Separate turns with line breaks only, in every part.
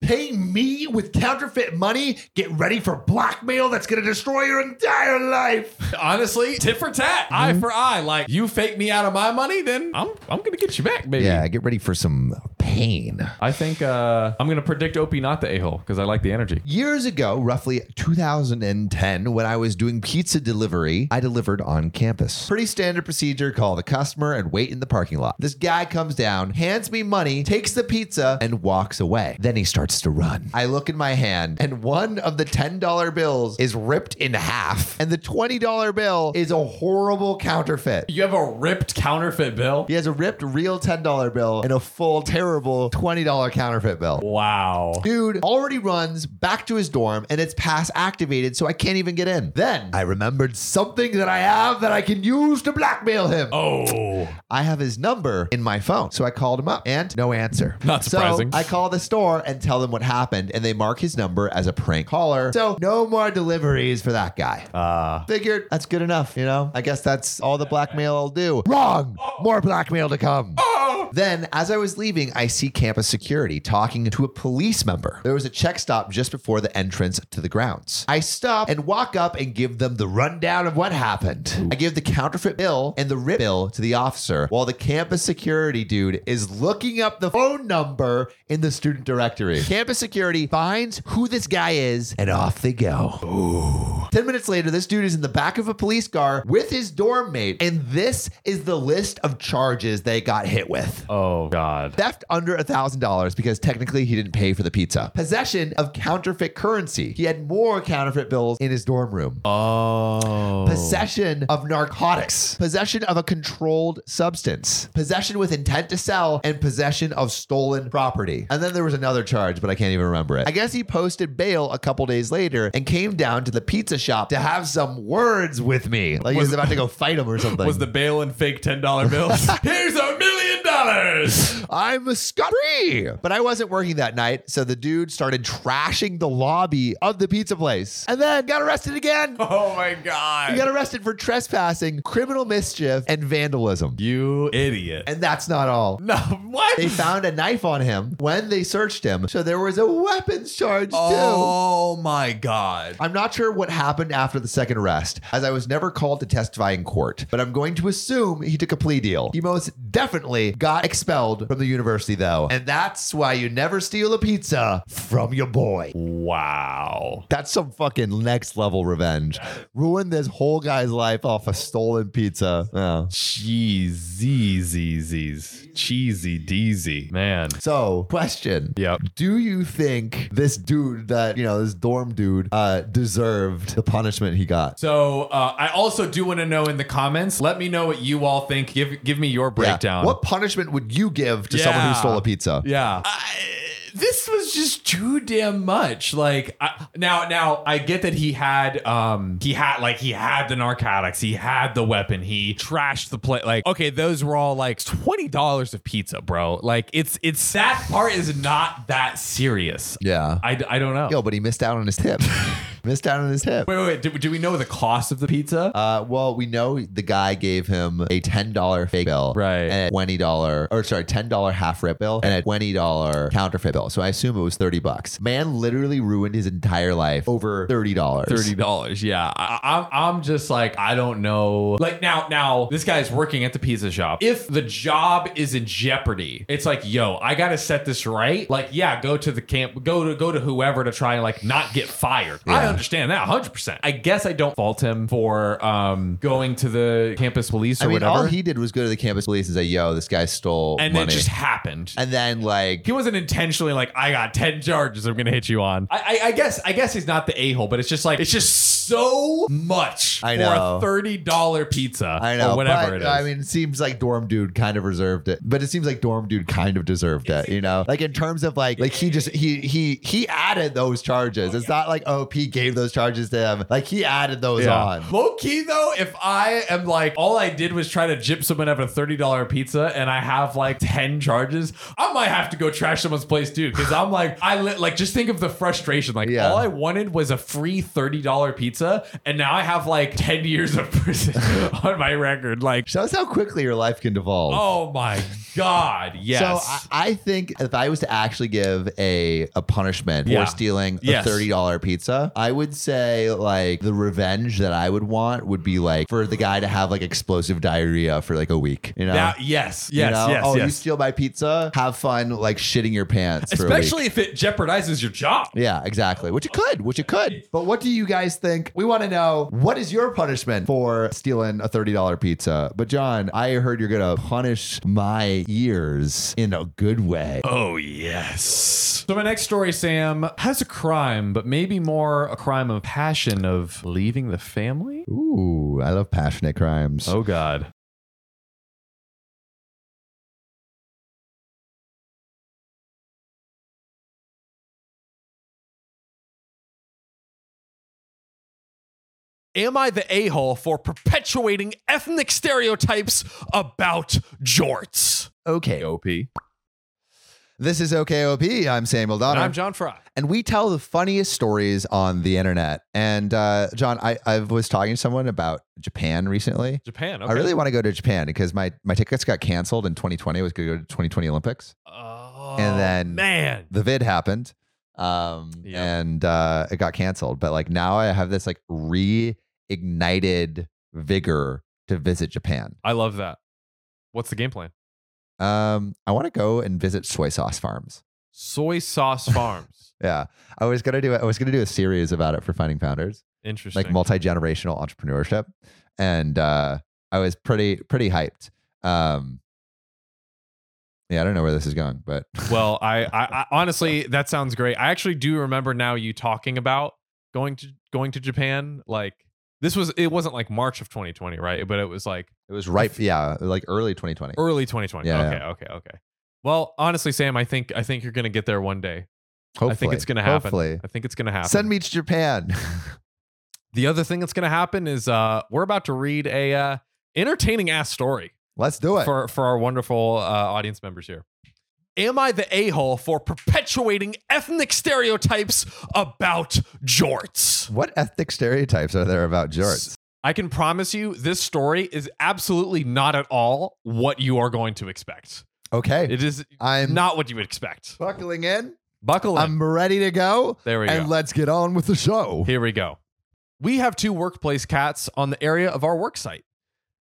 Pay me with counterfeit money. Get ready for blackmail that's going to destroy your entire life.
Honestly, tit for tat,
Mm-hmm.
eye for eye. Like you fake me out of my money, then I'm I'm gonna get you back, baby.
Yeah, get ready for some pain.
I think uh, I'm gonna predict Opie not the a hole because I like the energy.
Years ago, roughly 2010, when I was doing pizza delivery, I delivered on campus. Pretty standard procedure call the customer and wait in the parking lot. This guy comes down, hands me money, takes the pizza, and walks away. Then he starts to run. I look in my hand, and one of the $10 bills is ripped in half, and the $20 bill is a horrible counterfeit.
You have a ripped counterfeit bill.
He has a ripped real $10 bill and a full terrible $20 counterfeit bill.
Wow.
Dude already runs back to his dorm and it's pass activated, so I can't even get in. Then I remembered something that I have that I can use to blackmail him.
Oh,
I have his number in my phone, so I called him up and no answer.
Not surprising.
So I call the store and tell them what happened, and they mark his number as a prank caller. So no more deliveries for that guy.
uh,
Figured that's good enough, you know? I guess that's all the blackmail I'll do. Wrong!
Oh.
More blackmail to come. Then, as I was leaving, I see campus security talking to a police member. There was a check stop just before the entrance to the grounds. I stop and walk up and give them the rundown of what happened. I give the counterfeit bill and the rip bill to the officer while the campus security dude is looking up the phone number in the student directory. Campus security finds who this guy is and off they go. 10 minutes later, this dude is in the back of a police car with his dorm mate, and this is the list of charges they got hit with.
oh God.
Theft under $1,000 because technically he didn't pay for the pizza. Possession of counterfeit currency. He had more counterfeit bills in his dorm room.
Oh.
Possession of narcotics. Possession of a controlled substance. Possession with intent to sell and possession of stolen property. And then there was another charge, but I can't even remember it. I guess he posted bail a couple days later and came down to the pizza shop to have some words with me. Like he was about to go fight him or something.
was the bail and fake ten dollar bills? Here's a million dollars.
I'm scot free. But I wasn't working that night, so the dude started trashing the lobby of the pizza place and then got arrested again.
Oh my God.
He got arrested for trespassing, criminal mischief, and vandalism.
You idiot.
And that's not all.
no, what?
They found a knife on him when they searched him, so there was a weapons charge too.
oh my God.
I'm not sure what happened after the second arrest, as I was never called to testify in court, but I'm going to assume he took a plea deal. He most definitely got expelled from the university, though, and that's why you never steal a pizza from your boy.
Wow.
That's some fucking next level revenge. Ruined this whole guy's life off a stolen pizza. Oh. Yeah.
Cheesy, z's, cheesy, deezy, man.
So, question.
Yep.
Do you think this dude that, you know, this dorm dude uh deserved the punishment he got?
So uh, I also do want to know in the comments. Let me know what you all think. Give give me your
Yeah.
breakdown.
What punishment would you give to someone who
Yeah.
stole a pizza?
Yeah. I, this was just too damn much. Like I, now, now I get that he had, um, he had like he had the narcotics, he had the weapon, he trashed the plate. Like okay, those were all like twenty dollars of pizza, bro. Like it's it's that part is not that serious.
Yeah.
I, I don't know.
Yo, but he missed out on his tip. missed out on his tip.
Wait, wait, wait. Do, do we know the cost of the pizza?
Uh, well, we know the guy gave him a ten dollar fake bill,
Right.
and a twenty dollar, or sorry, ten dollar half rip bill, and a twenty dollar counterfeit bill. So I assume it was thirty bucks. Man, literally ruined his entire life over thirty dollars.
Thirty dollars, yeah. I, I'm, I'm just like I don't know. Like now, now this guy's working at the pizza shop. If the job is in jeopardy, it's like, yo, I gotta set this right. Like, yeah, go to the camp, go to go to whoever to try and like not get fired. I
Yeah.
understand that 100. percent I guess I don't fault him for um going to the campus police or
I mean,
whatever.
all he did was go to the campus police and say, "Yo, this guy stole
and
money,"
it just happened.
and then like,
he wasn't intentionally like, I got ten charges I'm gonna hit you on. I, I, I guess I guess he's not the a hole, but it's just like it's just so much
I
for
know.
a thirty dollar pizza.
I know,
or whatever
but,
it is.
I mean, it seems like dorm dude kind of reserved it, but it seems like dorm dude kind of deserved it. You know, like in terms of like, like he just he he he added those charges. It's not like OP gave those charges to him. Like he added those on.
Low key though, if I am like all I did was try to gyp someone out of a thirty dollar pizza and I have like ten charges, I might have to go trash someone's place too. Cause I'm like, I li- like just think of the frustration. Like
Yeah.
all I wanted was a free thirty dollar pizza, and now I have like ten years of prison on my record. Like,
Shows how quickly your life can devolve.
oh my god, yes.
So I, I think if I was to actually give a a punishment
Yeah.
for stealing a
Yes.
thirty dollar pizza, I would say like the revenge that I would want would be like for the guy to have like explosive diarrhea for like a week. You know.
Now- yes, yes,
You know?
yes,
oh, you
yes.
steal my pizza. Have fun, like shitting your pants. for a week.
Especially if it jeopardizes your job.
Yeah, exactly. Which it could, which it could. But what do you guys think? We want to know what is your punishment for stealing a $30 pizza? But John, I heard you're going to punish my ears in a good way.
Oh, yes. So, my next story, Sam, has a crime, but maybe more a crime of passion of leaving the family?
Ooh, I love passionate crimes.
Oh, God. Am I the a hole for perpetuating ethnic stereotypes about jorts?
Okay.
OP.
This is OKOP. I'm Samuel Donner.
I'm John Fry.
and we tell the funniest stories on the internet. And uh, John, I, I was talking to someone about Japan recently.
Japan.
I really want to go to Japan because my, my tickets got canceled in 2020. I was going to go to 2020 Olympics.
Oh,
And then-
man,
the vid happened um
Yep.
and uh it got canceled but like now i have this like reignited vigor to visit japan
I love that. What's the game plan?
um i want to go and visit soy sauce farms
Soy sauce farms.
yeah i was gonna do it i was gonna do a series about it for finding founders
Interesting.
like multi-generational entrepreneurship and uh i was pretty pretty hyped um yeah i don't know where this is going but
well, I, I, I honestly, that sounds great. I actually do remember now you talking about going to going to Japan. Like this was it wasn't like March of 2020, right? But it was like
it was right yeah like early 2020
early 2020.
Yeah,
okay, okay, okay. Well, honestly, Sam, I think I think you're gonna get there one day.
hopefully
I think it's gonna happen.
hopefully
I think it's gonna happen.
send me to japan
the other thing that's gonna happen is uh we're about to read a uh, entertaining ass story.
let's do it
for for our wonderful uh, audience members here. Am I the a hole for perpetuating ethnic stereotypes about jorts?
What ethnic stereotypes are there about jorts?
I can promise you, this story is absolutely not at all what you are going to expect.
Okay.
It is
I'm
not what you would expect.
buckling in.
Buckle in.
I'm ready to go.
there we
And
go.
let's get on with the show.
Here we go. We have two workplace cats on the area of our worksite.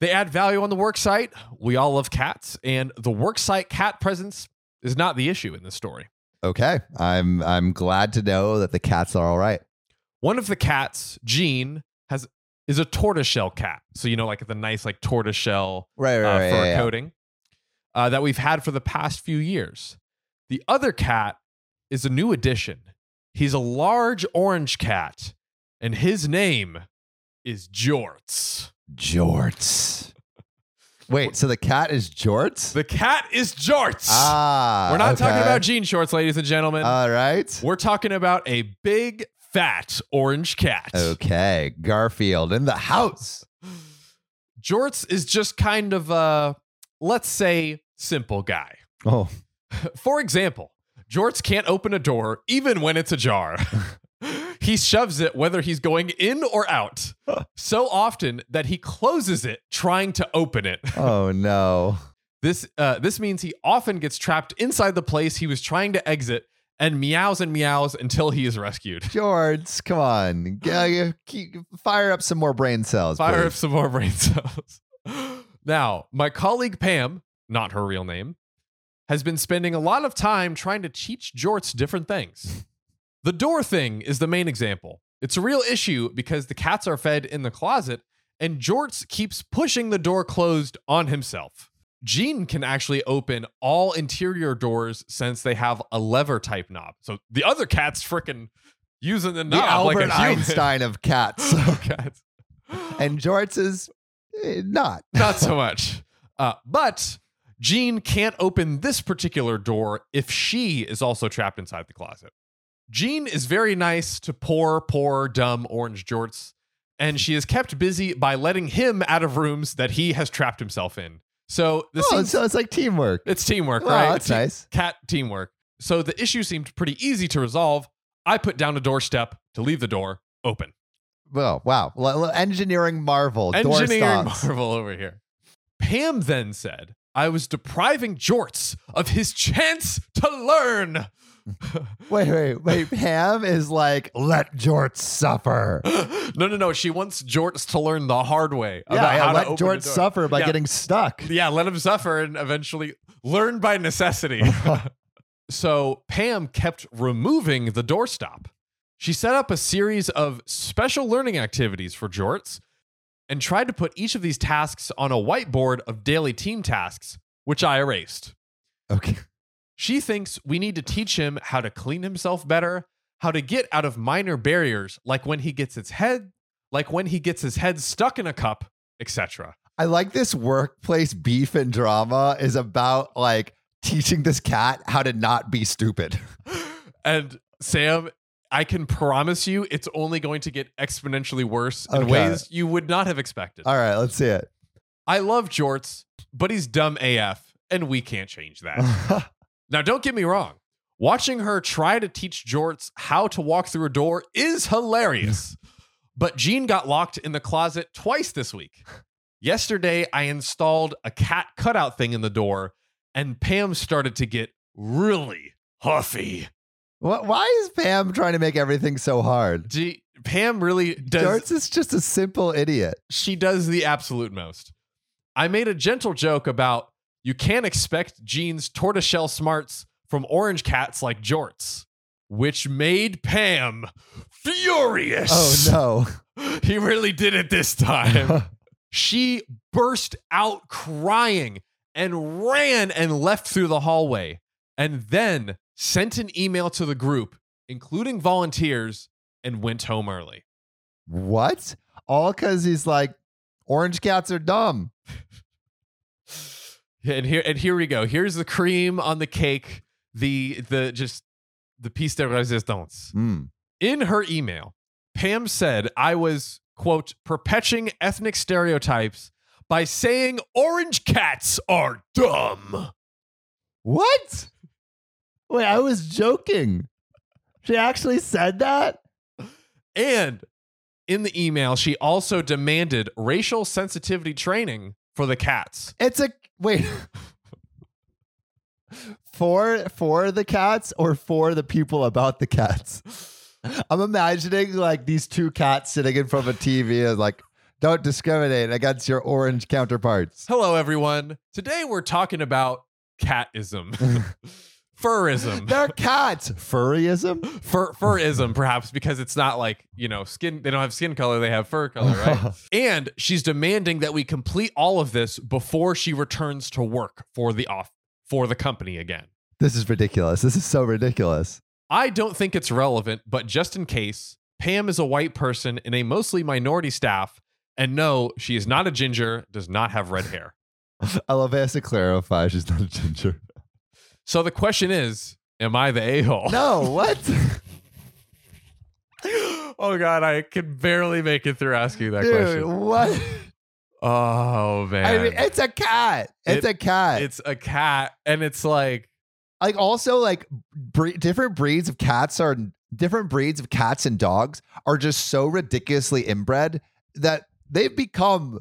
They add value on the worksite. We all love cats, and the worksite cat presence is not the issue in this story.
Okay. I'm I'm glad to know that the cats are all right.
One of the cats, Jean, has is a tortoiseshell cat. So you know, like the nice like tortoiseshell
Right,
uh, fur coating uh, that we've had for the past few years. The other cat is a new addition. He's a large orange cat, and his name is Jorts.
Jorts. Wait, so the cat is jorts?
The cat is Jorts.
Ah.
We're not talking
okay. Ah.
about jean shorts, ladies and gentlemen.
All right.
We're talking about a big, fat orange cat.
Okay. Garfield in the house.
Jorts is just kind of a, let's say, simple guy.
Oh.
For example, Jorts can't open a door even when it's ajar. he shoves it whether he's going in or out so often that he closes it trying to open it.
Oh no.
This uh, this means he often gets trapped inside the place he was trying to exit and meows and meows until he is rescued.
Jorts, come on. G- uh, keep- fire up some more brain cells.
Fire
please.
up some more brain cells. now, my colleague Pam, not her real name, has been spending a lot of time trying to teach Jorts different things. The door thing is the main example. It's a real issue because the cats are fed in the closet and Jorts keeps pushing the door closed on himself. Gene can actually open all interior doors since they have a lever type knob. So the other cat's freaking using the
the
knob
Albert
like a human.
Einstein of cats.
Cats.
and Jorts is eh, not.
not so much. Uh, but Jean can't open this particular door if she is also trapped inside the closet. Jean is very nice to poor, poor, dumb Orange Jorts, and she is kept busy by letting him out of rooms that he has trapped himself in. So this
oh,
seems,
so it's like teamwork.
it's teamwork,
Wow,
right?
that's
Te-
nice.
Cat teamwork. So the issue seemed pretty easy to resolve. I put down a doorstep to leave the door open.
Well, wow. L- l- engineering marvel. Door
Engineering
stops.
Marvel over here. Pam then said, I was depriving Jorts of his chance to learn.
Wait, wait, wait. Pam is like, let Jorts suffer.
No, no, no. She wants Jorts to learn the hard way about
yeah, yeah
how
let
to open
Jorts
the door.
suffer by
Yeah.
getting stuck.
Yeah, let him suffer and eventually learn by necessity. so Pam kept removing the doorstop. She set up a series of special learning activities for Jorts and tried to put each of these tasks on a whiteboard of daily team tasks, which I erased.
Okay.
She thinks we need to teach him how to clean himself better, how to get out of minor barriers like when he gets his head, like when he gets his head stuck in a cup, etc.
I like this workplace beef and drama is about like teaching this cat how to not be stupid.
and Sam, I can promise you it's only going to get exponentially worse in
Okay.
ways you would not have expected.
All right, let's see it.
I love Jorts, but he's dumb AF, and we can't change that. now, don't get me wrong. Watching her try to teach Jorts how to walk through a door is hilarious. but Jean got locked in the closet twice this week. Yesterday, I installed a cat cutout thing in the door, and Pam started to get really huffy.
Wh- Why is Pam trying to make everything so hard?
Do, Pam really does.
Jorts is just a simple idiot.
She does the absolute most. I made a gentle joke about you can't expect Jean's tortoiseshell smarts from orange cats like Jorts, which made Pam furious.
Oh no.
no. He really did it this time. she burst out crying and ran and left through the hallway and then sent an email to the group, including volunteers, and went home early.
What? All because he's like, orange cats are dumb.
Yeah, and here and here we go. Here's the cream on the cake. The the just the piece de resistance.
Mm.
In her email, Pam said I was quote perpetuating ethnic stereotypes by saying orange cats are dumb.
What? Wait, I was joking. She actually said that?
And in the email, she also demanded racial sensitivity training for the cats.
It's a wait. for for the cats or for the people about the cats? I'm imagining like these two cats sitting in front of a TV and like, don't discriminate against your orange counterparts.
Hello everyone. Today we're talking about catism. Furrism.
They're cats. Furryism?
fur furism perhaps because it's not like you know skin they don't have skin color they have fur color right and she's demanding that we complete all of this before she returns to work for the off for the company again
This is ridiculous. This is so ridiculous.
i don't think it's relevant but just in case pam is a white person in a mostly minority staff and no she is not a ginger does not have red hair
I love it has to clarify she's not a ginger.
so the question is am i the a-hole
No, what?
oh god i can barely make it through asking that
Dude,
question
what?
oh man
I mean, it's a cat. It's a cat.
it's a cat and it's like
like also like bre- different breeds of cats are different breeds of cats and dogs are just so ridiculously inbred that they've become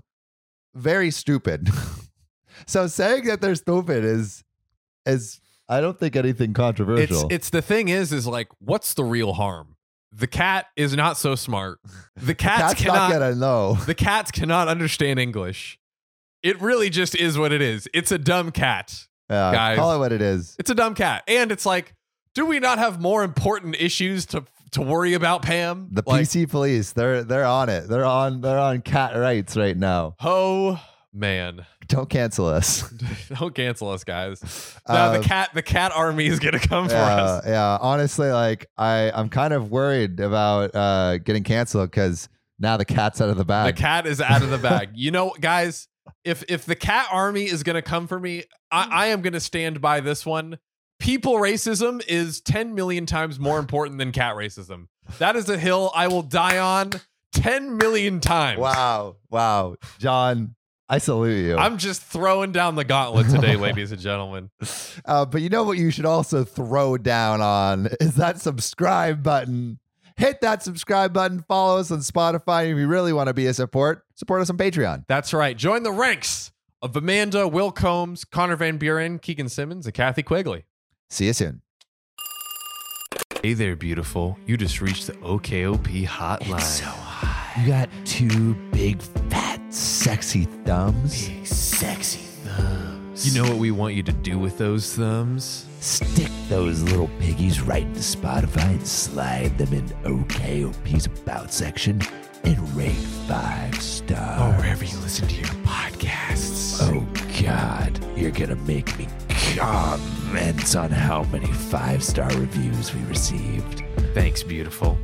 very stupid. so saying that they're stupid is is I don't think anything
it's
controversial.
it's the thing is is like what's the real harm the cat is not so smart the cats,
cats
cannot
not gonna know.
the cats cannot understand english it really just is what it is it's a dumb cat
Yeah,
Guys.
call it what it is.
it's a dumb cat and it's like do we not have more important issues to to worry about pam
The
like,
PC police, they're they're on it. They're on they're on cat rights right now.
oh man
Don't cancel us.
don't cancel us guys now
Um,
the cat the cat army is gonna come for
yeah,
us
yeah. Honestly, like I, I'm kind of worried about uh, getting canceled because now the cat's out of the
The
bag.
cat is out of the bag. you know, guys, if if the cat army is gonna come for me, I, I am gonna stand by this one. People racism is 10 million times more important than cat racism. That is a hill I will die on 10 million times.
wow, wow, John, I salute you.
I'm just throwing down the gauntlet today, ladies and gentlemen.
Uh, but you know what? You should also throw down on is that subscribe button. Hit that subscribe button. Follow us on Spotify. If you really want to be a support, support us on Patreon.
That's right. Join the ranks of Amanda, Will Combs, Connor Van Buren, Keegan Simmons, and Kathy Quigley.
See you soon.
Hey there, beautiful. You just reached the OKOP hotline.
You got two big, fat, sexy thumbs.
sexy thumbs. You know what we want you to do with those thumbs?
Stick those little piggies right into Spotify and slide them in OKOP's About section and rate five stars.
wherever you listen to your podcasts.
Oh God, you're gonna make me comment on how many five star reviews we received.
Thanks, beautiful.